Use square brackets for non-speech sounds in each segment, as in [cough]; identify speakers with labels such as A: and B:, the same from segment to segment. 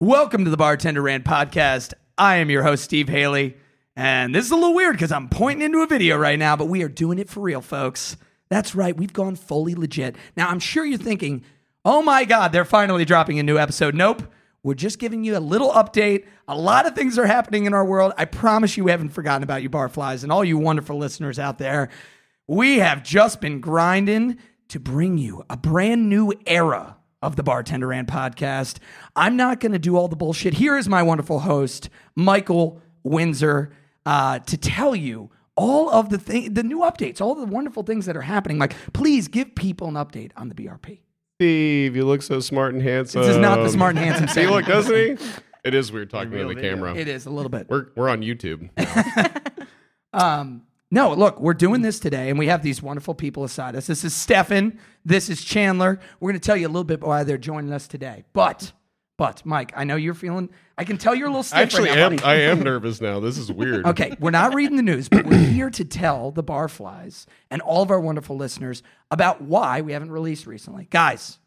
A: Welcome to the Bartender Rant Podcast. I am your host, Steve Haley. And this is a little weird because I'm pointing into a video right now, but we are doing it for real, folks. That's right, we've gone fully legit. Now, I'm sure you're thinking, oh my God, they're finally dropping a new episode. Nope. We're just giving you a little update. A lot of things are happening in our world. I promise you, we haven't forgotten about you, Barflies, and all you wonderful listeners out there. We have just been grinding to bring you a brand new era of the Bartender and podcast. I'm not going to do all the bullshit. Here is my wonderful host, Michael Windsor, uh, to tell you all of the thing, the new updates, all the wonderful things that are happening. Like, please give people an update on the BRP.
B: Steve, you look so smart and handsome.
A: This is not the smart and
B: [laughs]
A: handsome
B: He
A: sound. [laughs]
B: look, doesn't he? It is weird talking to the camera.
A: It is a little bit.
B: We're we're
A: [laughs]
B: on YouTube.
A: No, look, we're doing this today, and we have these wonderful people aside us. This is Stefan. This is Chandler. We're going to tell you a little bit why they're joining us today. But, but, Mike, I know you're feeling. I can tell you're a little
B: I
A: stiff
B: actually
A: right now,
B: am
A: buddy.
B: I am nervous now. This is weird.
A: [laughs] Okay, we're not reading the news, but we're here to tell the barflies and all of our wonderful listeners about why we haven't released recently. Guys,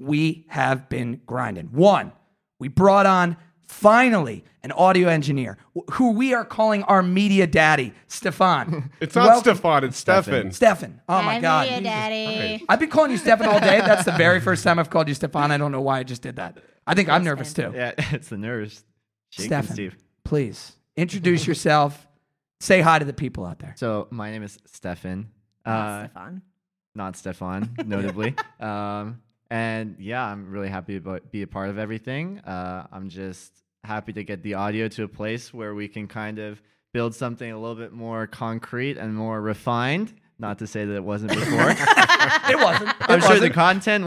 A: we have been grinding. One, we brought on finally an audio engineer wh- who we are calling our media daddy, Stefan.
B: It's not
A: Welcome-
B: Stefan, it's Stefan.
A: Stefan. Oh my God.
C: Daddy, daddy.
A: I've been calling you Stefan all day. That's the very first time I've called you Stefan. I don't know why I just did that. I think I'm nervous too.
D: Yeah, [laughs] it's the nerves. Shaking,
A: Stefan,
D: Steve.
A: please introduce yourself. Say hi to the people out
D: [laughs]
A: there.
D: So my name is Stefan. Uh,
C: Stefan.
A: [laughs]
D: not Stefan, notably. um, and yeah, I'm really happy to bo- be a part of everything. Uh, I'm just happy to get the audio to a place where we can kind of build something a little bit more concrete and more refined. Not to say that it wasn't before.
A: [laughs] It wasn't. It
D: I'm sure the
A: wasn't.
D: content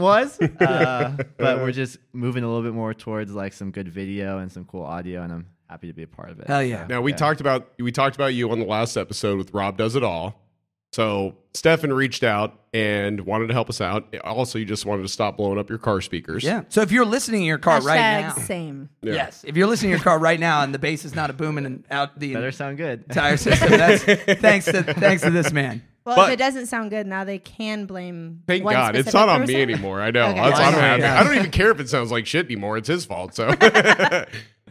A: [laughs]
D: was, uh, but we're just moving a little bit more towards like some good video and some cool audio, and I'm happy to be a part of it.
A: Hell yeah.
B: Now we talked about we talked about you on the last episode with Rob Does It All. So Stefan reached out and wanted to help us out. Also, you just wanted to stop blowing up your car speakers.
A: Yeah. So if you're listening in your car right now,
C: Hashtag same.
B: Yeah.
A: yes. If you're listening in your car right now and the bass is not a booming and out the
D: Better sound good.
A: entire system,
D: [laughs]
A: that's thanks to thanks to this man.
C: Well,
B: But-
C: if it doesn't sound good now, they can blame.
B: Thank
C: one
B: God. It's
C: specific
B: not on me
C: person.
B: anymore. I know.
C: Okay.
B: That's, I, don't have-
A: Yeah.
B: I don't even care if it sounds like shit anymore. It's his fault. So, [laughs]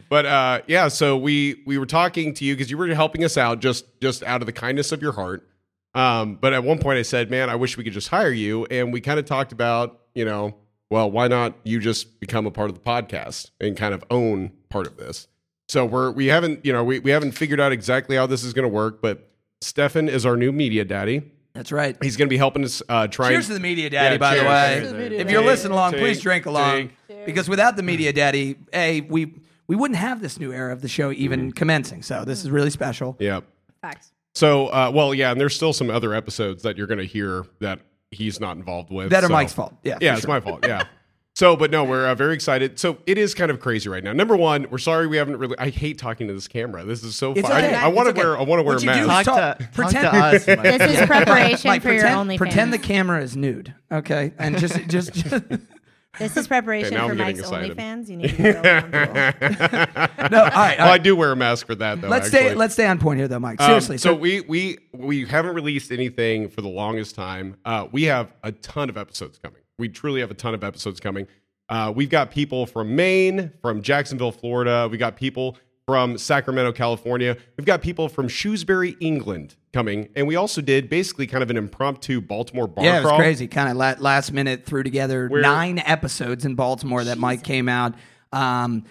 B: but uh, yeah. So we we were talking to you because you were helping us out just just out of the kindness of your heart. Um, but at one point, I said, "Man, I wish we could just hire you." And we kind of talked about, you know, well, why not you just become a part of the podcast and kind of own part of this? So we're we haven't you know we we haven't figured out exactly how this is going to work, but Stefan is our new media daddy.
A: That's right.
B: He's going to be helping us uh, try. and-
A: Cheers to the media daddy,
B: Yeah,
A: by the
B: cheers.
A: way.
C: Cheers to the media
A: If you're
C: daddy.
A: listening along,
B: Take,
A: please drink along.
B: take.
A: Because without the media daddy, A, we we wouldn't have this new era of the show even commencing. So this is really special.
B: Mm-hmm. Yeah.
C: Facts.
B: So, uh, well, yeah, and there's still some other episodes that you're going to hear that he's not involved with.
A: That are
B: so-
A: Mike's fault. Yeah. for
B: Yeah, it's
A: sure.
B: my fault. Yeah. [laughs] So, but no, we're uh, very excited. So it is kind of crazy right now. Number one, we're sorry we haven't really. I hate talking to this camera. This is so.
A: It's
B: fun.
A: okay.
B: I, I want to
A: It's okay.
B: wear. I want to wear
A: What
B: a
A: you do
B: mask.
A: is talk-
D: Talk to,
A: pretend-
D: talk to us. Mike.
C: This
A: [laughs]
C: is [laughs] preparation
A: Mike,
C: for your
A: pretend,
C: OnlyFans.
A: pretend the camera is nude, okay? And just
B: [laughs]
A: just, [laughs] just
C: this is
B: Okay,
C: preparation
B: now
C: for
B: I'm getting
C: Mike's
B: excited.
C: OnlyFans. You need to feel
B: [laughs]
C: comfortable.
A: no. All right, all
B: Well, Oh, I
A: right.
B: do wear a mask for that though.
A: Let's
B: actually.
A: stay let's stay on point here, though, Mike.
B: Um,
A: Seriously.
B: so, we we we haven't released anything for the longest time. Uh, we have a ton of episodes coming. We truly have a ton of episodes coming. Uh, we've got people from Maine, from Jacksonville, Florida. We got people from Sacramento, California. We've got people from Shrewsbury, England, coming, and we also did basically kind of an impromptu Baltimore bar
A: yeah, it was
B: crawl.
A: crazy. Kind of la- last minute threw together
B: Where-
A: nine episodes in Baltimore that Mike came out. Um,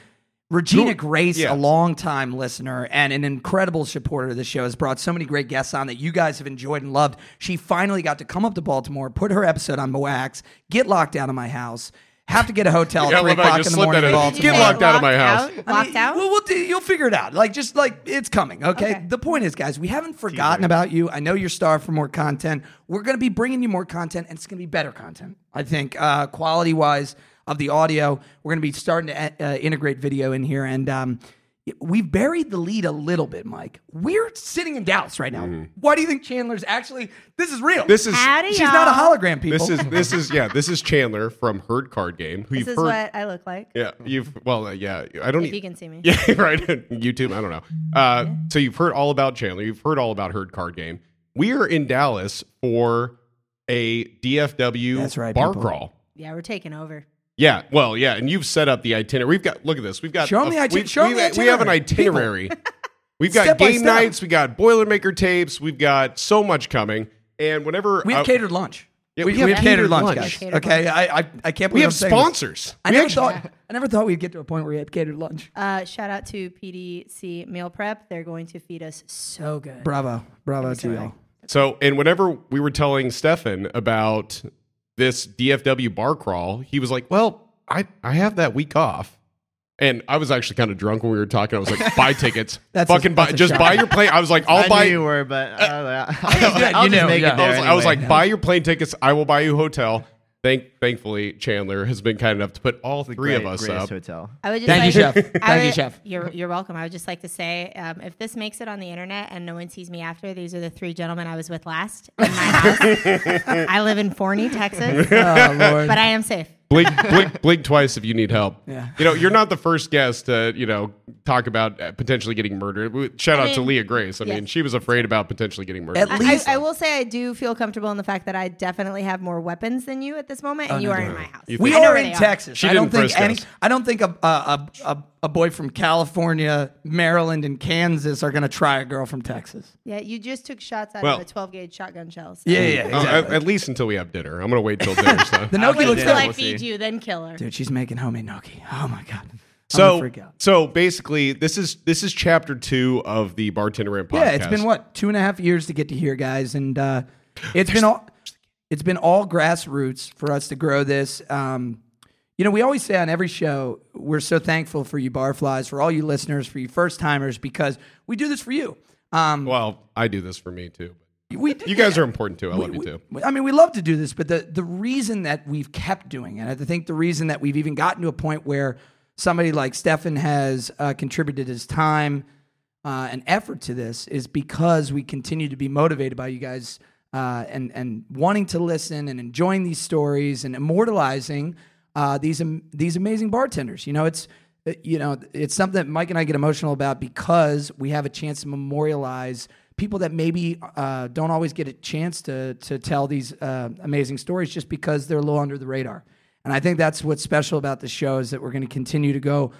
A: Regina Grace,
B: yeah.
A: a longtime listener and an incredible supporter of the show, has brought so many great guests on that you guys have enjoyed and loved. She finally got to come up to Baltimore, put her episode on Moax, get locked out of my house, have to get a hotel
B: Yeah,
A: at
B: I
A: three
B: love how you
A: o'clock in
B: just
A: the
B: slipped
A: morning.
B: that
A: in
B: in.
A: Baltimore.
B: Get locked out of my house.
A: I
C: Locked out.
A: mean,
C: Locked out?
A: Well, we'll do, you'll figure it out. Like, just like it's coming. Okay.
C: Okay.
A: The point is, guys, we haven't forgotten about you. I know you're starved for more content. We're going to be bringing you more content, and it's going to be better content. I think uh, quality wise of the audio, we're going to be starting to uh, integrate video in here, and um, we've buried the lead a little bit, Mike. We're sitting in Dallas right now. Why do you think Chandler's actually? This is real.
B: Mm-hmm. This is
C: Howdy,
A: She's
C: y'all.
A: not a hologram, people.
B: this is this is yeah this is Chandler from Herd Card Game who
C: This
B: you've
C: is
B: heard.
C: what I look like.
B: yeah, you've well uh, yeah. I don't.
C: If you can see me.
B: [laughs] Yeah, right. YouTube, I don't know. Uh, So you've heard all about Chandler. You've heard all about Herd Card Game. We are in Dallas for a DFW
A: That's right,
B: bar
A: people.
B: crawl.
C: Yeah, we're taking over.
B: Yeah, well, yeah, and you've set up the itinerary. We've got look at this. We've got
A: Show 'em the iti-
B: we-
A: show 'em
B: we,
A: the
B: we have an
A: itinerary.
B: itinerary.
A: [laughs]
B: We've got
A: Step by
B: game
A: step.
B: nights. We got Boilermaker tapes. We've got so much coming. And whenever
A: We have
B: uh,
A: catered lunch.
B: Yeah,
A: we,
B: we
A: we
B: have
A: have catered
B: catered
A: lunch,
B: lunch.
A: guys.
C: Catered
A: okay, I, I I can't believe
B: we
A: I'm
B: have
A: saying this.
B: sponsors.
A: I
B: We
A: never
B: actually- [laughs]
A: thought I never thought we'd get to a point where we had catered lunch.
C: Uh, shout out to PDC Meal Prep. They're going to feed us
B: Oh,
C: so good.
A: Bravo, bravo to y'all.
B: So, and whenever we were telling Stefan about this DFW bar crawl, he was like, "Well, I I have that week off." And I was actually kind of drunk when we were talking. I was
D: [laughs]
B: like, "Buy tickets,
A: That's a-
B: fucking buy,
A: that's a
B: just
A: shock.
B: buy your plane." I was like, "I'll
D: I
B: buy." [laughs]
D: knew you were, but [laughs] uh,
A: yeah,
D: I'll
A: you
D: just
A: know,
D: make
A: yeah.
D: it
B: I
D: there
B: was, I was
D: anyway.
B: like,
D: [laughs]
B: "Buy your plane tickets. I will buy you hotel." Thank, thankfully, Chandler has been kind enough to put all three of
D: Great-
B: us
D: greatest
B: up.
D: hotel.
C: I would just
A: Thank you,
C: like-
A: chef.
C: I
A: Thank you,
C: would-
A: chef.
C: You're, you're welcome. I would just like to say um, if this makes it on the internet and no one sees me after, these are the three gentlemen I was with last
A: [laughs]
C: in my house. I live in Forney, Texas,
A: Oh [laughs] Lord.
C: but I am safe.
B: blink, blink, blink twice if you need help.
A: Yeah.
B: You know, you're not the first guest to, you know, talk about uh, potentially getting murdered. We- Shout out to
C: mean,
B: Leah Grace. I mean,
C: yes.
B: she was afraid about potentially getting murdered.
A: At
C: I-
A: least-
C: I, I will say I do feel comfortable in the fact that I definitely have more weapons than you at this moment,
A: Oh,
C: and you are in my house.
B: You
A: we
B: think-
C: I know
A: are
C: where they
A: in Texas.
B: She
A: I don't
B: didn't
A: think any.
B: frisk us.
A: I don't think a a, a a a boy from California, Maryland, and Kansas are gonna try a girl from Texas.
C: Yeah, you just took shots out
B: Well-
C: of a 12 gauge shotgun shell. So.
A: Yeah, yeah, yeah,
B: Uh,
A: exactly.
B: at, at least until we have dinner. I'm going to wait till dinner's
A: [laughs]
B: done.
A: the Noki
C: Wait
A: looks
C: till
D: yeah,
A: like
C: I
D: we'll
C: feed
D: see.
C: you, then kill her.
A: dude. She's making homemade Noki. Oh my god. I'm gonna
B: so,
A: freak out.
B: so basically, this is this is chapter two of the Bartender and Podcast.
A: Yeah, it's been what two and a half years to get to here, guys, and uh, it's been all it's been all grassroots for us to grow this. Um, you know, we always say on every show, we're so thankful for you barflies, for all you listeners, for you first timers, because we do this for you. Um,
B: Well, I do this for me too.
A: we do
B: You guys are important too. I love you
A: we-
B: too.
A: I mean, we love to do this, but the, the reason that we've kept doing it, I think the reason that we've even gotten to a point where somebody like Stefan has uh, contributed his time uh, and effort to this is because we continue to be motivated by you guys uh, and, and wanting to listen and enjoying these stories and immortalizing uh, these, am- these amazing bartenders. You know, it's, you know, it's something that Mike and I get emotional about because we have a chance to memorialize people that maybe uh, don't always get a chance to to tell these uh, amazing stories just because they're a little under the radar. And I think that's what's special about the show is that we're going to continue to go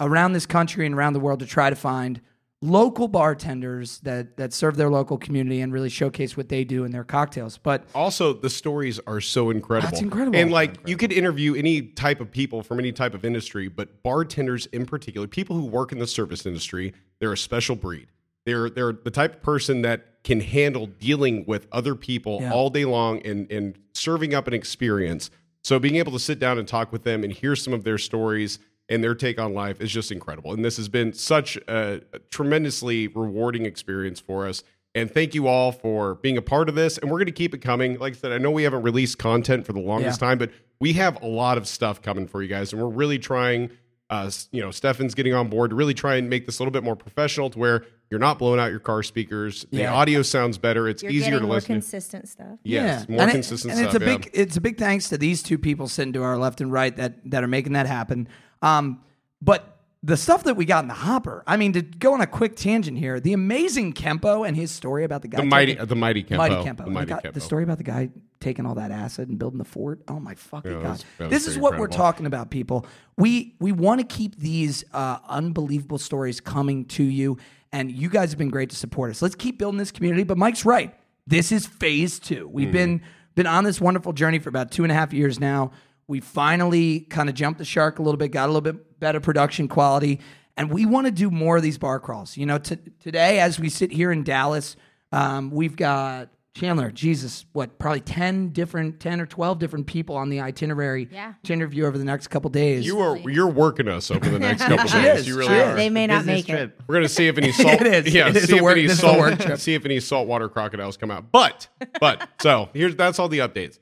A: around this country and around the world to try to find local bartenders that that serve their local community and really showcase what they do in their cocktails. But
B: Also, the stories are so incredible.
A: That's incredible.
B: And like, you could interview any type of people from any type of industry, but bartenders in particular, people who work in the service industry, they're a special breed. They're they're the type of person that can handle dealing with other people
A: Yeah.
B: all day long and and serving up an experience. So being able to sit down and talk with them and hear some of their stories and their take on life is just incredible. And this has been such a tremendously rewarding experience for us. And thank you all for being a part of this. And we're going to keep it coming. Like I said, I know we haven't released content for the longest time, but we have a lot of stuff coming for you guys. And we're really trying, uh, s- you know, Stefan's getting on board to really try and make this a little bit more professional to where you're not blowing out your car speakers. The
A: Yeah.
B: audio sounds better. It's
C: You're
B: easier
C: getting
B: to
C: more
B: listen to.
C: consistent stuff.
B: Yes, more
A: and it-
B: consistent
A: and
B: stuff.
A: it's a
B: yeah.
A: big it's a big thanks to these two people sitting to our left and right that that are making that happen. Um, but the stuff that we got in the hopper, I mean, to go on a quick tangent here, the amazing Kempo and his story about the guy
B: the mighty,
A: taking-
B: the mighty Kempo,
A: Mighty Kempo.
B: the
A: The,
B: mighty
A: guy-
B: Kempo.
A: the story about the guy taking all that acid and building the fort. Oh my fucking god!
B: that was- that was
A: this is
B: pretty
A: what we're
B: incredible.
A: talking about, people. We we want to keep these uh, unbelievable stories coming to you, and you guys have been great to support us. Let's keep building this community. But Mike's right. This is phase two. We've been been on this wonderful journey for about two and a half years now. We finally kind of jumped the shark a little bit, got a little bit better production quality, and we want to do more of these bar crawls. You know, t- today as we sit here in Dallas, um, we've got Chandler, Jesus, what, probably 10 different, 10 or 12 different people on the itinerary
C: Yeah.
A: to interview over the next couple days.
B: You are you're working us over
A: [laughs]
B: the next couple
A: She
B: days.
A: is,
B: You
A: she
B: really
A: is.
B: are.
C: Uh, They may not
D: Business
C: make it.
D: [laughs] trip.
B: We're gonna
A: [laughs]
B: see if any salt.
A: It is.
B: Yeah,
A: It is
B: see
A: a
B: if
A: work-
B: any
A: this is a
B: salt.
A: work trip.
B: See if any saltwater crocodiles come out. But
A: [laughs]
B: but so here's that's all the updates.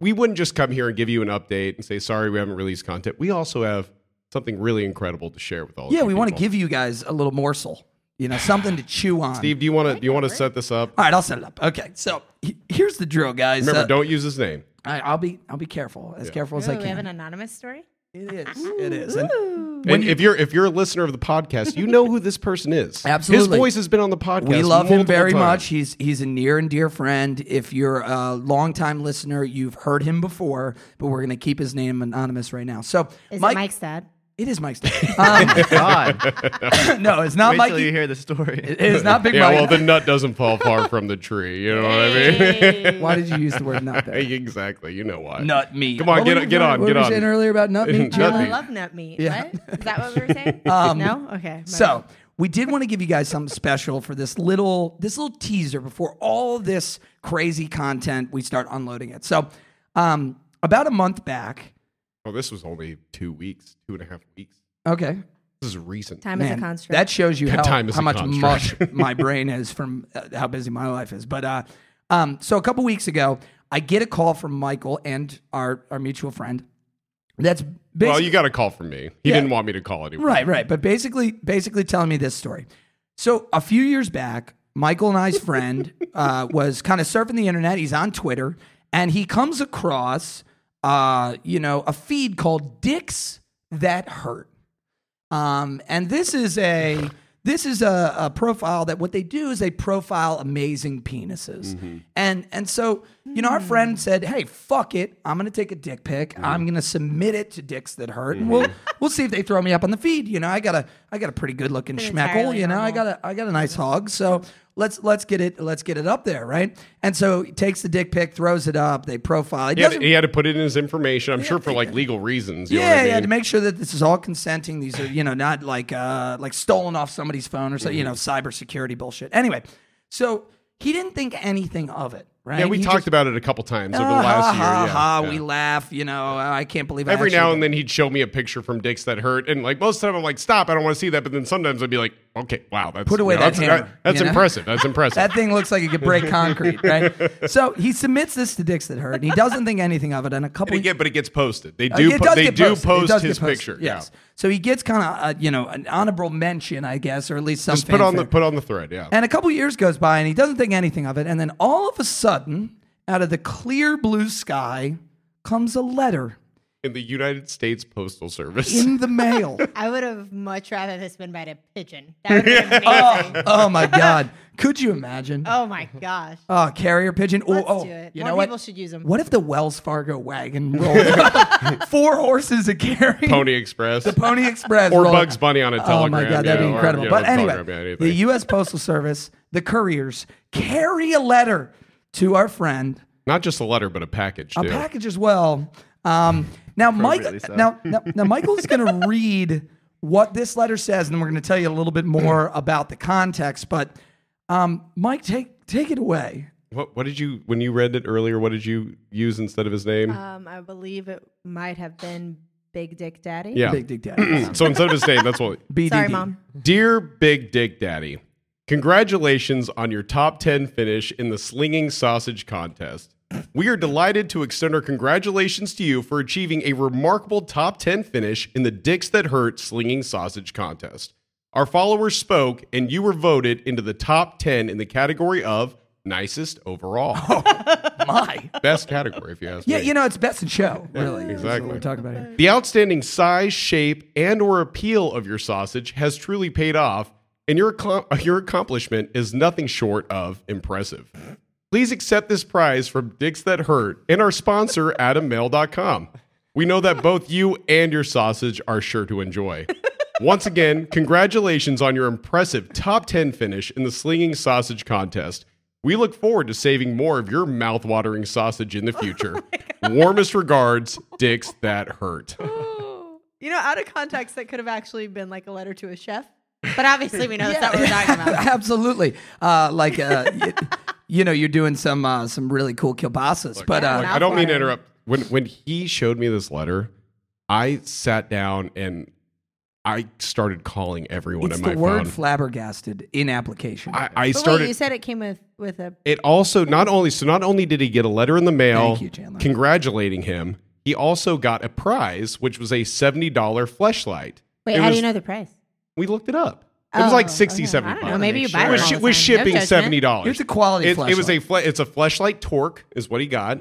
B: We wouldn't just come here and give you an update and say sorry we haven't released content. We also have something really incredible to share with all.
A: Yeah,
B: of you
A: we want to
B: people.
A: give you guys a little morsel, you know, something to chew on.
B: Steve, do you want to do you want to set this up?
A: All right, I'll set it up. Okay, so he- here's the drill, guys.
B: Remember,
A: Uh,
B: don't use his name.
A: I, I'll be I'll be careful, as careful as I
C: Ooh, we have
A: can.
C: an anonymous story?
A: It is. It is. And
C: Ooh.
B: And if you're if you're a listener of the podcast, you know who this
A: [laughs]
B: person is.
A: Absolutely.
B: his voice has been on the podcast.
A: we love him
B: multiple
A: very
B: times.
A: much. He's he's a near and dear friend. If you're a longtime listener, you've heard him before, but we're going to keep his name anonymous right now. So,
C: Is
A: Mike,
C: it Mike's dad?
A: it is
C: [laughs]
A: Mike's dad.
D: God,
A: Um, [laughs] no, it's not
D: wait
A: Mike.
D: till you hear the story.
A: It is
D: [laughs]
A: not Big
B: Yeah,
A: Mike.
B: well, the nut doesn't fall far from the tree. You know what I
A: [laughs]
B: mean?
A: Why did you use the word nut there?
B: [laughs] exactly. You know why?
A: Nut meat.
B: Come on,
A: What
B: get
A: were
B: on-
A: you-
B: get on,
A: What
B: get
A: were you
B: on.
A: saying earlier about nut meat?
B: [laughs] Nut
A: John?
C: I
B: meat.
C: love nut meat.
A: Yeah.
C: What? Is that what we were saying? no? Okay. my
A: So
C: bad.
A: we did want to give you guys something special for this little this little teaser before all this crazy content we start unloading it. So um, about a month back,
B: Oh, this was only two weeks, two and a half weeks.
A: okay,
B: This is recent.
C: Time is a
A: man,
C: construct.
A: that shows you how,
B: Time is
A: how
B: a
A: much mush
B: construct. [laughs]
A: my brain is from uh, how busy my life is. But uh, um, so a couple weeks ago, I get a call from Michael and our our mutual friend. That's basically
B: Well, you got a call from me. He
A: Yeah.
B: didn't want me to call anyone.
A: Right, right. But basically, basically telling me this story. So a few years back, Michael and I's friend uh, was kind of surfing the internet. He's on Twitter, and he comes across, uh, you know, a feed called "Dicks That Hurt." Um, and this is a this is a, a profile that what they do is they profile amazing penises. And and so, you know, our
C: Hmm.
A: friend said, Hey, fuck it. I'm gonna take a dick pic. I'm gonna submit it to dicks that hurt. And we'll we'll see if they throw me up on the feed. You know, I got a I got a pretty good looking schmeckle,
C: entirely
A: you know, I
C: normal.
A: got a I got a nice hog. So let's let's get it let's get it up there, right? And so he takes the dick pic, throws it up, they profile. He
B: He had,
A: doesn't-
B: he had to put it in his information. I'm sure for like legal reasons. You know
A: yeah,
B: what I
A: yeah,
B: mean?
A: to make sure that this is all consenting. These are, you know, not like uh like stolen off somebody's phone or so,
B: Mm-hmm.
A: you know, cybersecurity bullshit. Anyway, so he didn't think anything of it, right?
B: Yeah, we
A: He
B: talked
A: just,
B: about it a couple times over the
A: "Ah,
B: last year.
A: ha,
B: yeah,
A: ha,
B: yeah.
A: we laugh, you know, uh, I can't believe I
B: Every now
A: actually-
B: and then he'd show me a picture from Dicks That Hurt, and like most of the time I'm like, stop, I don't want to see that. But then sometimes I'd be like, okay, wow, that's
A: Put away
B: you know,
A: that
B: that's,
A: hammer,
B: that's
A: you know?
B: impressive.
A: [laughs]
B: That's impressive.
A: That thing looks like it could break concrete, right?
B: [laughs]
A: So he submits this to Dicks that hurt, and he doesn't think anything of it. And a couple
B: And again, but it gets posted. They
A: Uh,
B: do.
A: it
B: po-
A: does
B: they
A: get
B: do
A: posted. It
B: post
A: does get
B: his
A: posted,
B: picture.
A: Yes.
B: Yeah.
A: So he gets kind of, uh, you know, an honorable mention, I guess, or at least some
B: Just put on
A: fanfare.
B: the put on the thread. Yeah.
A: And a couple years goes by and he doesn't think anything of it. And then all of a sudden, out of the clear blue sky comes a letter
B: In the United States Postal Service.
A: in the
C: [laughs]
A: mail.
C: I would have much rather this been by a pigeon. That would have been amazing.
A: oh, oh my God. Could you imagine? Oh,
C: Oh my gosh.
A: carrier pigeon. Oh,
C: Let's
A: oh,
C: do it.
A: You
C: More
A: know what?
C: people should use them.
A: What if the Wells Fargo wagon
C: [laughs]
A: rolled up? Four horses a carry.
B: [laughs] Pony Express.
A: Pony Express.
B: or
A: rolled up.
B: Bugs Bunny on a telegram.
A: Oh my god, that'd
B: yeah,
A: be
B: or,
A: incredible.
B: you know,
A: but anyway,
B: telegram, yeah, anything.
A: the U.S. Postal Service, the couriers carry a letter to our friend
B: not just a letter, but a package too.
A: a package as well. Um, now, Mike,
D: Appropriately so.
A: now, now, now Michael's going
B: [laughs]
A: to read what this letter says, and then we're going to tell you a little bit
B: [clears throat]
A: more about the context. But um, Mike, take take it away.
B: what, what did you when you read it earlier? What did you use instead of his name?
C: Um, I believe it might have been Big Dick Daddy.
B: yeah.
A: Big Dick
B: [clears throat]
A: Daddy.
B: so instead of his name, that's what.
A: BDD.
C: Sorry, mom.
B: Dear Big Dick Daddy, congratulations on your top 10 finish in the Slinging Sausage Contest. We are delighted to extend our congratulations to you for achieving a remarkable top 10 finish in the Dicks That Hurt Slinging Sausage Contest. Our followers spoke, and you were voted into the top 10 in the category of nicest
A: [laughs]
B: overall.
A: [laughs] My.
B: Best category, if you ask
A: Yeah,
B: me.
A: you know it's best in show. Really, is what
B: exactly.
A: we're talking about here.
B: The outstanding size, shape, and or appeal of your sausage has truly paid off, and your accom- your accomplishment is nothing short of impressive. Please accept this prize from Dicks That Hurt and our sponsor, AdamMail.com. We know that both you and your sausage are sure to enjoy. Once again, congratulations on your impressive top 10 finish in the Slinging Sausage Contest. We look forward to saving more of your mouth-watering sausage in
A: [laughs]
B: the
A: Oh
B: future. Warmest regards, Dicks That Hurt.
C: You know, out of context, that could have actually been like a letter to a chef. But obviously, we know that's not what we're talking [laughs] about.
A: [laughs] Absolutely. Uh, like, uh, y- you know, you're doing some uh, some really cool kielbasa's, but uh,
B: Look, I don't mean to
C: Mouthwatering.
B: interrupt. When when he showed me this letter, I sat down and I started calling everyone
A: it's
B: in
A: the
B: my
A: word
B: phone.
A: flabbergasted in
B: [laughs]
A: application.
B: I, I
C: But
B: started.
C: wait, you said it came with with a.
B: it also not only so not only did he get a letter in the mail
A: Thank you, Chandler.
B: congratulating him, he also got a prize, which was a seventy dollar fleshlight.
C: Wait,
B: It
C: how do
B: was-
C: you know the price?
B: We looked it up. It was like
C: Oh,
B: 60
C: okay. I
B: 70
C: don't know.
B: bucks.
C: Maybe you
A: It
C: buy
B: It was,
C: them all
B: shi- was
C: the time. No
B: shipping
C: judgment.
B: seventy dollars.
A: Here's the quality
B: It, it was
A: fleshlight.
B: a fle- it's a fleshlight torque is what he got,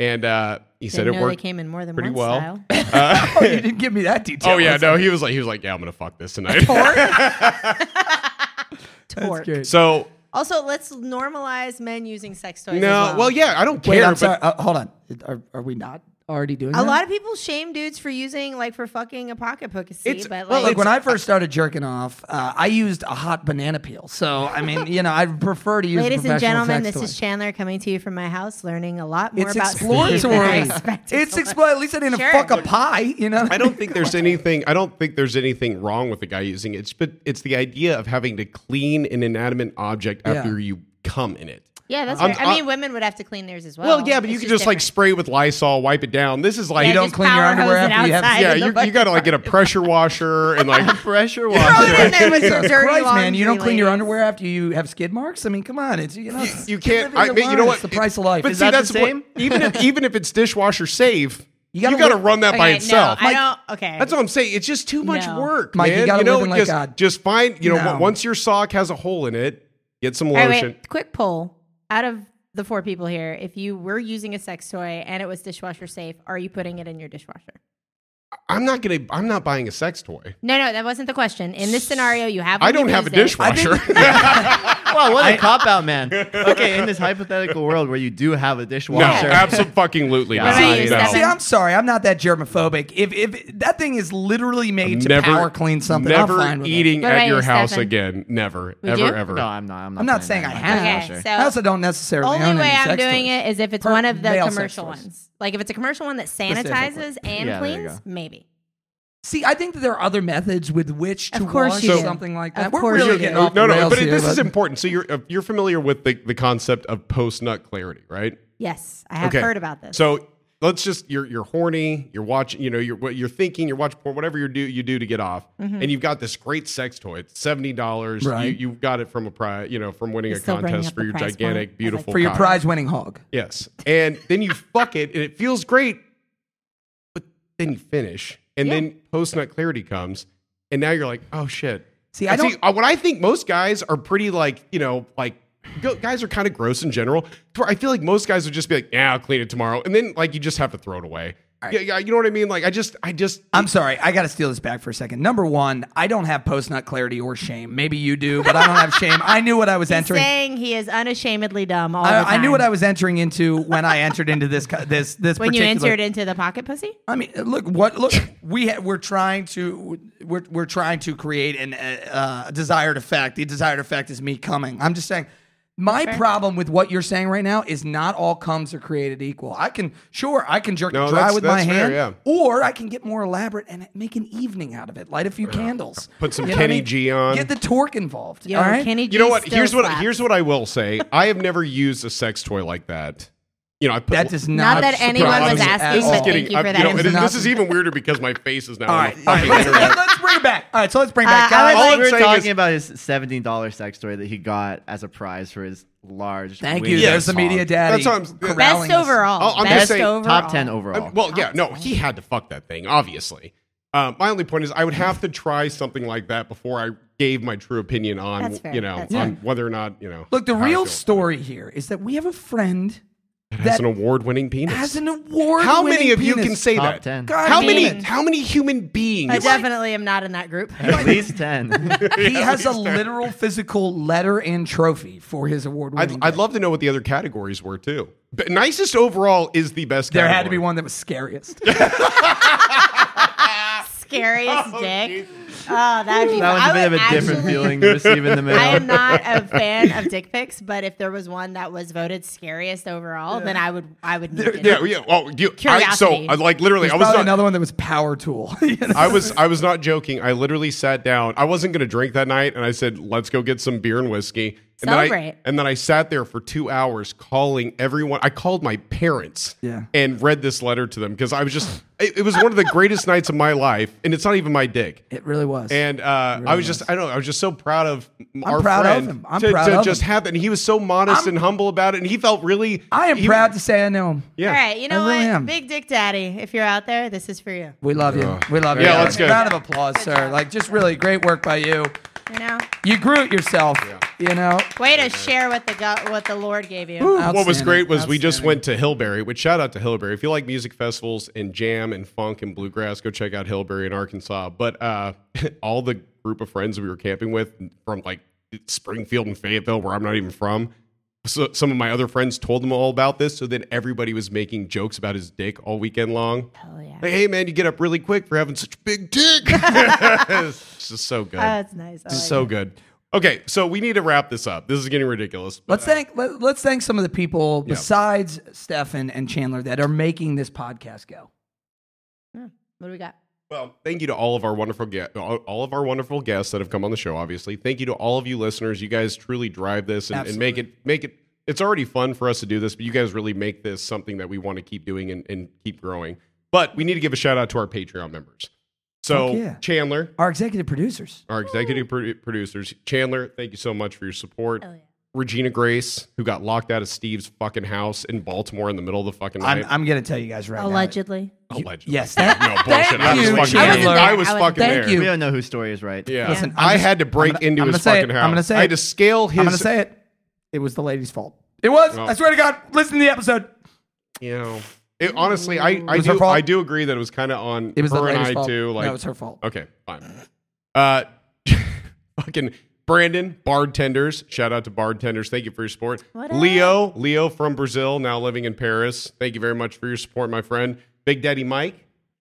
B: and uh, he said
C: Didn't
B: it
C: know
B: worked
C: They came in more than
B: pretty
C: one
B: well.
C: style.
A: Oh, you didn't give me that detail.
B: Oh yeah,
A: That's
B: no, he was like he was like, yeah, I'm gonna fuck this
C: [laughs]
B: tonight.
C: Torque.
A: good.
B: [laughs] so
C: Also, let's normalize men using sex toys.
B: no,
C: as
B: well. yeah, I don't care.
A: Wait, I'm
B: but
A: sorry. Uh, hold on. Are, are we not already doing
C: A
A: that?
C: lot of people shame dudes for using like for fucking a pocket pussy,
B: It's-
C: but like,
B: well,
A: Look,
B: it's-
A: when I first started jerking off, uh, I used a hot banana peel. So I
C: [laughs]
A: mean, you know, I prefer to use. a
C: ladies and
A: professional
C: gentlemen,
A: sex
C: this
A: toy.
C: is Chandler coming to you from my house, learning a lot more
A: It's
C: about Steve than [laughs] I
A: exploratory.
C: expected.
A: It's exploratory. At least I didn't
C: Sure.
A: fuck a pie. You know.
B: I don't think there's anything. I don't think there's anything wrong with the guy using it. It's but it's the idea of having to clean an inanimate object
A: Yeah.
B: after you come in it.
C: Yeah, that's.
B: I'm-
C: fair. I mean,
B: I'm-
C: women would have to clean theirs as well.
B: Well, yeah, but you
C: It's
B: can just like
C: different.
B: spray with Lysol, wipe it down. This is like
A: You don't
C: just
A: clean your
C: power
A: underwear
C: hose it
A: after you have-
C: outside
B: Yeah,
C: in the
B: you, you
C: bucket.
B: got
A: [laughs]
B: to like get a pressure washer and like
D: Pressure
C: Throw it in
D: washer.
A: [laughs]
C: there with your
A: Jesus
C: dirty
A: Christ, man! You don't
C: laundry,
A: clean your
C: ladies.
A: underwear after you have skid marks. I mean, come on! It's you know
B: you
A: it's
B: can't.
A: living
B: I
A: your
B: mean, you know
A: life.
B: what?
A: It's the price of life.
B: But
A: Is
B: see,
A: that
B: that's
A: the
B: what-
A: same?
B: even if even if it's dishwasher safe, you
A: gotta
B: got to
A: live-
B: run that by
C: Okay, no,
B: itself.
C: I don't. Okay,
B: That's what I'm saying. It's just too much
C: No.
B: work,
A: Mike, you
B: man.
A: gotta
B: know,
A: live in like
B: just,
A: God.
B: just find. You know,
A: No.
B: once your sock has a hole in it, get some
C: All
B: lotion.
C: right, wait, quick poll. Out of the four people here, if you were using a sex toy and it was dishwasher safe, are you putting it in your dishwasher?
B: I'm not gonna. I'm not buying a sex toy.
C: No, no, that wasn't the question. In this scenario, you have.
B: I don't have a dishwasher.
D: [laughs] Wow, what a cop out, [laughs] man. Okay, in this hypothetical world where you do have
B: [laughs]
D: a
B: no, absolutely
D: dishwasher, Yeah.
B: not.
D: What about you,
B: No.
C: Stefan?
A: See, I'm sorry, I'm not that germophobic. If if that thing is literally made to
B: Never
A: power clean something,
B: Never
A: I'm fine with it.
B: eating
C: What
B: at
C: about
B: your
C: you,
B: house
C: Stefan?
B: again. Never,
C: Would
B: ever,
C: you?
B: ever.
D: no, I'm not. I'm not,
A: I'm not
D: putting
A: saying
D: that
A: I
D: in my
A: have.
D: dishwasher.
C: Okay, so
A: I also don't necessarily.
C: only
A: own
C: way
A: any
C: I'm
A: sex
C: doing
A: toys.
C: it is if it's
A: Per-
C: one of the
A: male sex
C: commercial
A: toys.
C: ones. Like if it's a commercial one that
A: Specifically.
C: sanitizes and
D: Yeah, there you
C: cleans,
D: go.
C: maybe.
A: See, I think that there are other methods with which to
C: Of course
A: wash
C: you do.
A: something like that.
C: Of
A: We're
C: course
A: really
C: you do.
A: getting off
B: no,
A: the
B: no,
A: rails
B: but it-
A: here,
B: this is
A: but-
B: important. So you're uh, you're familiar with the, the concept of post nut clarity, right?
C: Yes, I have heard about this.
B: So let's just you're you're horny, you're watching, you know, you're what you're thinking, you're watching porn, whatever you do you do to get off,
C: Mm-hmm.
B: and you've got this great sex toy. It's seventy dollars.
A: Right.
B: You, you got it from a prize, you know, from winning
C: You're
B: a
C: still bringing
B: contest
C: up
B: for
C: the
B: your
C: prize
B: gigantic,
C: point.
B: beautiful
A: for your
B: cock.
A: prize-winning hog.
B: Yes, and then you fuck it, and it feels great, but then you finish, and
C: Yeah.
B: then post nut clarity comes, and now you're like, oh shit.
A: See, I
B: And
A: don't-
B: uh, what I think most guys are pretty like, you know, like go, guys are kind of gross in general. to where I feel like most guys would just be like, yeah, I'll clean it tomorrow, and then like you just have to throw it away. Yeah, yeah, you know what I mean? Like I just, I just,
A: I'm sorry, I got to steal this back for a second. Number one, I don't have post nut clarity or shame. Maybe you do, but I don't have shame. I knew what
C: [laughs]
A: I was entering.
C: saying he is unashamedly dumb all the time.
A: I, I knew what I was entering into when I entered into this co- this this
C: when you
A: particular.
C: entered into the pocket pussy.
A: I mean, look what look we ha- we're trying to we're we're trying to create an uh, uh, desired effect. The desired effect is me coming. I'm just saying. My problem with what you're saying right now is not all comes are created equal. I can sure I can jerk
B: No,
A: it dry
B: that's-
A: with my
B: that's fair,
A: hand,
B: yeah.
A: or I can get more elaborate and make an evening out of it. Light a few candles,
B: Put some
A: You know what I
B: Kenny
A: mean?
B: G on.
A: get the torque involved.
C: Yo,
A: all right,
C: Kenny G
B: you know what?
C: still
B: Here's what,
C: slaps.
B: here's what I will say. I have never used a sex toy like that. You know, I put
A: that does not.
C: Not that anyone
B: Surprise.
C: was
B: I'm-
C: asking,
B: This is
C: but
A: all.
B: getting.
C: thank you
B: I'm-
C: for that.
B: you know, it is-
A: Not-
B: this is even weirder because my face is now.
A: All
B: on
A: right,
B: the
A: all
B: fucking
A: right. Let's,
B: internet.
A: let's bring it back. All right, so let's bring it back
C: Uh, I
A: down.
C: would
B: All
D: All
B: I'm
D: we were
B: saying
D: talking
B: is-
D: about is seventeen dollar sex toy that he got as a prize for his large.
A: Thank you.
D: wiener
A: There's the
D: hog.
A: media daddy.
B: That's what I'm-
A: corralling
C: Best
A: us.
C: overall.
B: Oh, I'm just
C: best
B: saying,
C: overall.
D: Top ten overall. [laughs]
B: Um, well, yeah, no, he had to fuck that thing, obviously. Um, my only point is, I would have to try something like that before I gave my true opinion on,
C: That's fair.
B: you know,
C: That's
B: on whether or not, you know.
A: Look, the
B: how I
A: real
B: feel.
A: story here is that we have a friend
B: That's
A: that
B: an award-winning penis.
A: has an award.
B: how many of you can say
D: Top
B: that?
D: 10.
A: God
B: How
A: damn
B: many? [laughs]
C: it.
B: How many human beings?
C: I definitely am not in that group. [laughs]
D: At least ten. [laughs]
A: He has a literal physical letter and trophy for his award
B: I'd,
A: winning.
B: I'd love to know what the other categories were too. But nicest overall is the best.
A: There
B: category.
A: had to be one that was scariest.
C: Scariest
B: [laughs]
C: dick. Oh, that'd be.
D: That was
C: I
D: a bit of
C: would
D: a different
C: actually-
D: feeling to receive [laughs] in the mail.
C: I
A: [laughs]
C: am not a fan of dick pics, but if there was one that was voted scariest overall, then I would I would need it.
B: Yeah, yeah. Oh, you, I, so
C: Curiosity.
B: I, like literally, I
A: There's
B: was
A: probably
B: not.
A: another one that was power tool. [laughs] You know?
B: I was I was not joking. I literally sat down. I wasn't going to drink that night, and I said, "Let's go get some beer and whiskey." And Then I,
C: Celebrate.
B: and then I sat there for two hours calling everyone. I called my parents.
A: Yeah.
B: And read this letter to them because I was just. it, it was one of the greatest nights of my life, and it's not even my dick.
A: it really was.
B: And uh, I was just, I don't know, I was just so proud of our
A: proud of
B: friend
A: him. I'm
B: to,
A: proud
B: to
A: of
B: just
A: him.
B: have that. And he was so modest and humble about it, and he felt really.
A: I am
B: he-
A: proud to say I know him.
B: Yeah.
C: All right, you know
A: I really
C: what,
A: am.
C: Big Dick Daddy, if you're out there, this is for you.
A: We love you. We love you.
B: Yeah, let's go.
A: Round of applause, sir. Like, just really great work by you.
C: You know,
A: You grew it yourself. You know.
C: way to share what the go- what the Lord gave you. Oh,
B: What was
A: Outstanding,
B: great was we just
A: outstanding.
B: went to Hillberry, which shout out to Hillberry. If you like music festivals and jam and funk and bluegrass, go check out Hillberry in Arkansas. But uh, [laughs] all the group of friends we were camping with from like Springfield and Fayetteville, where I'm not even from, so some of my other friends told them all about this. So then everybody was making jokes about his dick all weekend long.
C: Hell yeah.
B: Like, hey man, you get up really quick for having such a big dick. it's just so good.
C: That's nice. I like
B: so good. Okay, so we need to wrap this up. This is getting ridiculous.
A: Let's thank let, let's thank some of the people besides Stefan and Chandler that are making this podcast go.
C: Hmm. What do we got?
B: Well, thank you to all of our wonderful guests, all of our wonderful guests that have come on the show. Obviously, thank you to all of you listeners. You guys truly drive this and, and make it make it. It's already fun for us to do this, but you guys really make this something that we want to keep doing and, and keep growing. But we need to give a shout out to our Patreon members. So
A: Heck yeah.
B: Chandler,
A: Our executive producers.
B: our executive produ- producers, Chandler, thank you so much for your support.
C: Hell yeah.
B: Regina Grace, who got locked out of Steve's fucking house in Baltimore in the middle of the fucking night.
A: I'm, I'm gonna tell you guys right
C: Allegedly.
A: now. You-
B: Allegedly.
A: Yes. [laughs] That,
B: no bullshit. I was
A: you,
B: fucking
A: Chandler.
B: there. I was
C: I was-
B: fucking
A: thank
B: there.
A: you.
D: We don't know whose story is right.
B: Yeah.
A: Listen, I'm
B: I
A: just-
B: had to
A: I'm
B: break
A: gonna-
B: into
A: I'm
B: his
A: gonna say
B: fucking
A: it.
B: house.
A: I'm gonna say
B: I had
A: it.
B: to scale his.
A: I'm gonna say it. It was the lady's fault. It was.
B: Oh.
A: I swear to God. Listen to the episode.
B: You know, it, honestly, I, I
A: was her
B: do
A: fault?
B: I do agree that it was kind of on
A: It was the
B: her and
A: lady's
B: I
A: fault.
B: too. Like
A: no, it was her fault.
B: okay, fine. Uh, [laughs] fucking Brandon bartenders. Shout out to bartenders. Thank you for your support.
C: What up?
B: Leo, Leo from Brazil, now living in Paris. Thank you very much for your support, my friend. Big Daddy Mike.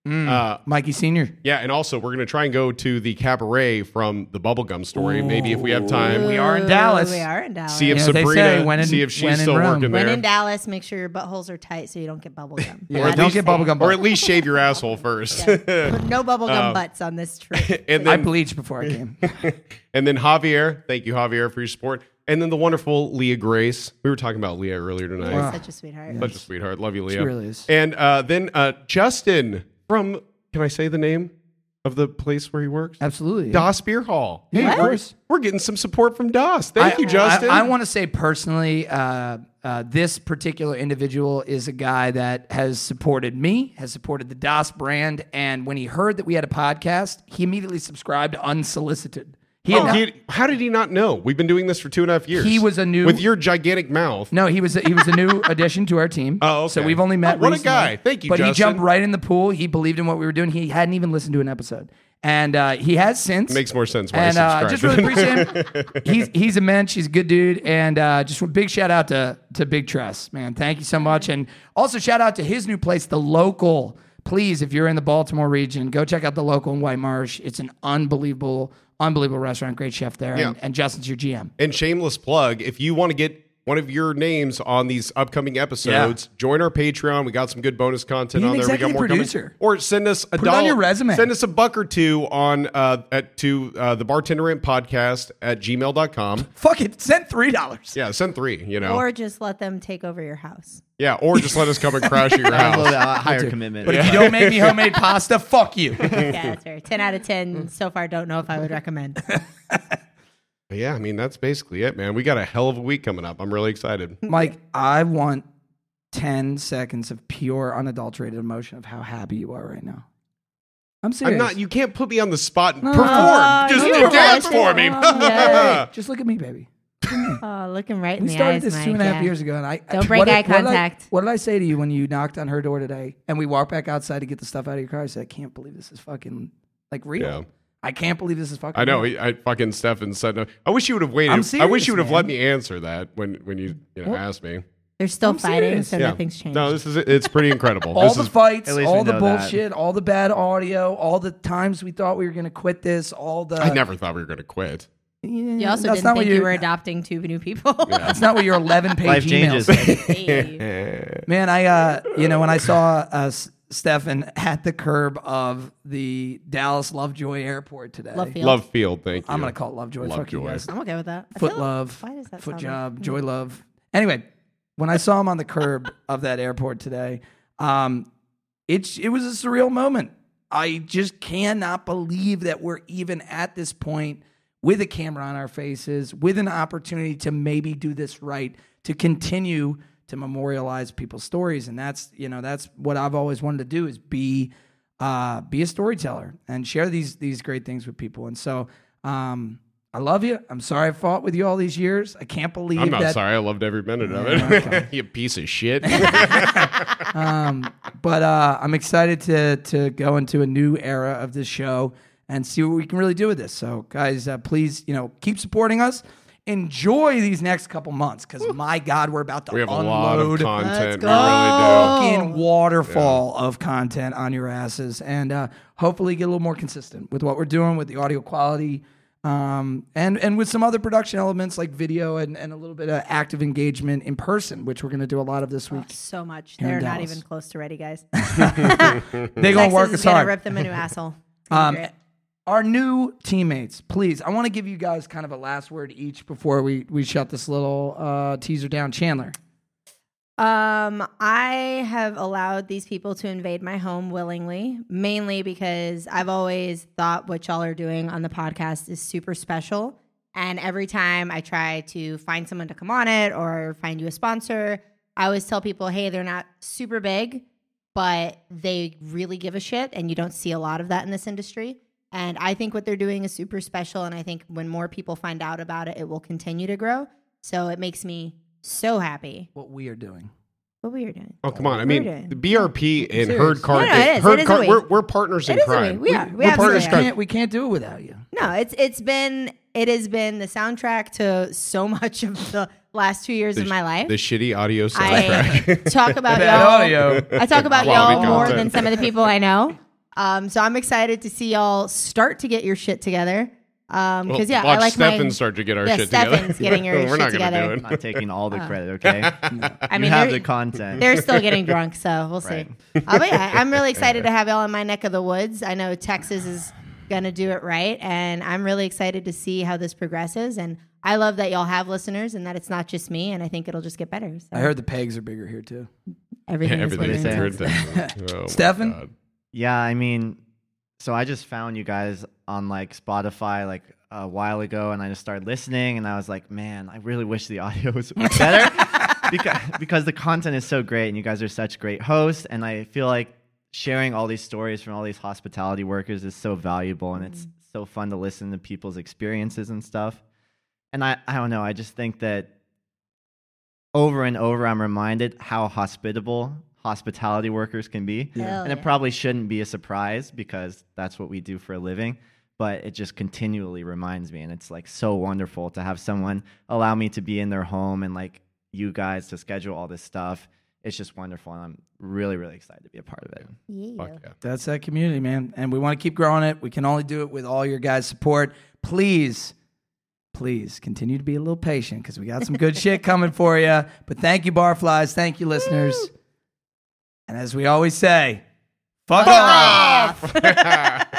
B: Uh,
A: Mikey Senior.
B: yeah, and also we're gonna try and go to the cabaret from the bubblegum story. Maybe if we have time.
A: We are in
C: Ooh,
A: Dallas.
C: We are in Dallas.
B: See if
A: Yeah, they say,
B: Sabrina,
A: when in-
B: see if
A: when in
B: she's still
A: Rome.
B: working
C: when
B: there.
C: in Dallas, make sure your buttholes are tight so you don't get bubble gum.
A: [laughs] Yeah, don't get bubblegum
B: or
A: butt.
B: at least shave your asshole first.
C: Put no bubble gum
A: Oh.
C: butts on
A: [laughs]
C: this trip.
B: [laughs] and
A: I
B: then
A: bleached before I [laughs] came.
B: and then Javier, thank you Javier for your support. And then the wonderful Leah Grace. We were talking about Leah earlier tonight.
C: Such a sweetheart.
B: Such a sweetheart. Love you, Leah.
A: really is.
B: And uh, then uh, Justin from can I say the name of the place where he works?
A: Absolutely.
B: Das Beer Hall. Hey,
A: What?
B: We're, we're getting some support from Das. Thank you, Justin.
A: I, want to say personally, uh, uh, this particular individual is a guy that has supported me, has supported the DOS brand, and when he heard that we had a podcast, he immediately subscribed unsolicited. He, had
B: Oh,
A: not-
B: he- how did he not know? We've been doing this for two and a half years.
A: He was a new-
B: with your gigantic mouth.
A: no, he was he was a new [laughs] addition to our team.
B: Oh, okay.
A: so we've only met.
B: Oh, what a
A: recently.
B: guy. Thank you,
A: But he
B: Justin.
A: jumped right in the pool. He believed in what we were doing. He hadn't even listened to an episode, and uh, he has since.
B: Makes more sense. Why
A: and
B: I
A: uh,
B: subscribed.
A: just really appreciate him. He's he's immense. He's a good dude, and uh, just a big shout out to to Big Tress, man. Thank you so much, and also shout out to his new place, the local. Please, if you're in the Baltimore region, go check out the local in White Marsh. It's an unbelievable, unbelievable restaurant. Great chef there, and,
B: Yeah.
A: and Justin's your GM.
B: And shameless plug, if you want to get one of your names on these upcoming episodes, join our Patreon. We got some good bonus content
A: Be an
B: on there. We got
A: executive
B: more coming.
A: producer.
B: Or send us a
A: it on
B: dollar-
A: your resume.
B: Send us a buck or two on uh, at to uh, the bartender and podcast at
A: [laughs]
B: gmail.com.
A: Fuck it, send three dollars.
B: Yeah, send three, you know.
C: Or just let them take over your house.
B: yeah, or just let us come and crash
A: [laughs]
B: at your
D: A little
B: house.
D: bit, uh, higher
A: [laughs]
D: commitment.
A: But if you don't make me [laughs] homemade pasta, fuck [laughs] you.
C: Yeah, that's fair. 10 out of 10. So far, don't know if I would recommend.
B: But yeah, I mean that's basically it, man. We got a hell of a week coming up. I'm really excited.
A: Mike, I want ten seconds of pure, unadulterated emotion of how happy you are right now. I'm serious.
B: I'm not you can't put me on the spot
A: Ah,
B: and
C: Oh,
B: perform. Just
C: you
B: do
C: were
B: dance
C: watching.
B: for me. [laughs]
C: Yeah.
A: Just look at me, baby.
C: [coughs] Oh, looking right in
A: We
C: the
A: started
C: eyes,
A: this
C: Mike,
A: two and a half
C: yeah.
A: years ago, and I
C: Don't break eye
A: did I-
C: contact.
A: what did I say to you when you knocked on her door today, and we walked back outside to get the stuff out of your car? I said, I can't believe this is fucking like real.
B: Yeah.
A: I can't believe this is fucking.
B: I know.
A: Real.
B: he- I fucking Stefan said no. I wish you would have waited.
A: I'm
B: I wish
A: serious,
B: you would have
A: man.
B: let me answer that when when you, you know, asked me.
C: They're still
A: I'm
C: fighting,
A: serious.
C: so
B: Yeah.
C: nothing's changed.
B: No, this is it's pretty
A: [laughs]
B: incredible.
A: All
B: this
A: the
B: is
A: fights,
D: At least
A: all
D: we
A: the
D: know that.
A: bullshit, all the bad audio, all the times we thought we were gonna quit this, all the.
B: I never thought we were going to quit.
A: Yeah,
C: you also
A: that's
C: didn't
A: not what
C: think you
A: your-
C: were adopting two
A: [laughs]
C: new people.
A: That's not what your 11 page
D: Life
A: email
D: changes.
A: said.
C: [laughs] Hey.
A: Man, I uh, you know when I saw uh, S- Stefan at the curb of the Dallas Lovejoy Airport today,
C: Love field.
B: Love Field, thank you.
A: I'm gonna call it Lovejoy. Fuck you
B: Lovejoy.
A: guys.
C: I'm okay with that. I
A: Foot
C: feel-
A: love,
C: Why does that
A: foot
C: sound
A: job, joy
C: [laughs]
A: love. Anyway, when I saw him on the curb of that airport today, um, it's it was a surreal moment. I just cannot believe that we're even at this point with a camera on our faces, with an opportunity to maybe do this right, to continue to memorialize people's stories, and that's you know that's what I've always wanted to do is be uh, be a storyteller and share these these great things with people. And so um, I love you. I'm sorry I fought with you all these years. I can't believe
B: I'm not
A: that.
B: sorry. I loved every minute of
A: Yeah, okay.
B: it. [laughs] you piece
A: [laughs]
B: of shit.
A: Um, but uh, I'm excited to to go into a new era of this show and see what we can really do with this. So, guys, uh, please, you know, keep supporting us. Enjoy these next couple months because my God, we're about to
B: We have a
A: unload
B: lot of
C: Let's
B: content. We
C: go.
B: really do.
A: fucking waterfall of content on your asses and uh, hopefully get a little more consistent with what we're doing with the audio quality um, and, and with some other production elements like video and, and a little bit of active engagement in person, which we're going to do a lot of this week.
C: So much.
A: Here in
C: They're not
A: Dallas.
C: even close to ready, guys.
B: Mm-hmm.
A: They're going to work us
C: is gonna
A: hard.
C: rip them a new asshole. It's
A: [laughs]
C: gonna
A: Um,
C: be great.
A: our new teammates, please, I want to give you guys kind of a last word each before we, we shut this little uh, teaser down. Chandler.
C: Um, I have allowed these people to invade my home willingly, mainly because I've always thought what y'all are doing on the podcast is super special. And every time I try to find someone to come on it or find you a sponsor, I always tell people, hey, they're not super big, but they really give a shit. And you don't see a lot of that in this industry. And I think what they're doing is super special. And I think when more people find out about it, it will continue to grow. So it makes me so happy
A: What we are doing.
C: what we are doing.
B: Oh come on! I mean,
C: Burden.
B: the BRP and
A: serious.
B: herd card.
C: No, no, it is.
B: herd
C: It is a
B: card.
C: week.
B: We're, we're partners in
C: It is a
B: crime.
C: week. We are. We
B: are partners
C: absolutely
B: in
C: are.
B: crime.
A: Can't, we can't do it without you.
C: No, it's it's been it has been the soundtrack to so [laughs] much of the last two years of my life.
B: [laughs] The shitty audio
C: [laughs]
B: soundtrack.
C: I talk
A: [laughs]
C: about
A: Bad
C: y'all.
A: audio.
C: I talk about
B: Quality
C: y'all more than
B: content.
C: some of the people I know. Um, so I'm excited to see y'all start to get your shit together. Um, because yeah,
B: watch
C: I like
B: Stefan
C: my.
B: start to get our
C: Yeah,
B: shit
C: Stefan's
B: together. [laughs]
C: getting your
B: We're
C: shit
B: not gonna
C: together.
B: do
D: I'm not taking all the credit, okay?
C: I
D: you
C: mean,
D: have
C: they're-
D: the content.
C: They're still getting drunk, so we'll
D: Right.
C: see. Uh, but yeah, I'm really excited to have y'all in my neck of the woods. I know Texas is going to do it right, and I'm really excited to see how this progresses. And I love that y'all have listeners and that it's not just me, and I think it'll just get better. So
A: I heard the pegs are bigger here, too.
C: everything.
B: Yeah,
C: is
B: everything.
C: working
D: they
C: out.
D: say.
B: Heard that. Oh, my
A: Stefan?
B: God.
D: Yeah, I mean, so I just found you guys on like Spotify like a while ago, and I just started listening, and I was like, man, I really wish the [laughs] audio was better because because the content is so great, and you guys are such great hosts, and I feel like sharing all these stories from all these hospitality workers is so valuable, and it's so fun to listen to people's experiences and stuff. And I, I don't know, I just think that over and over, I'm reminded how hospitable hospitality workers can be
C: Hell
D: and it
C: Oh, yeah.
D: probably shouldn't be a surprise because that's what we do for a living but it just continually reminds me and it's like so wonderful to have someone allow me to be in their home and like you guys to schedule all this stuff it's just wonderful and i'm really really excited to be a part of it
C: Yeah.
B: Fuck yeah.
A: That's that community, man. And we want to keep growing it. We can only do it with all your guys' support. Please, please continue to be a little patient because we got some good [laughs] shit coming for you. But thank you, Barflies. Thank you, listeners. And as we always say, fuck off.
B: off.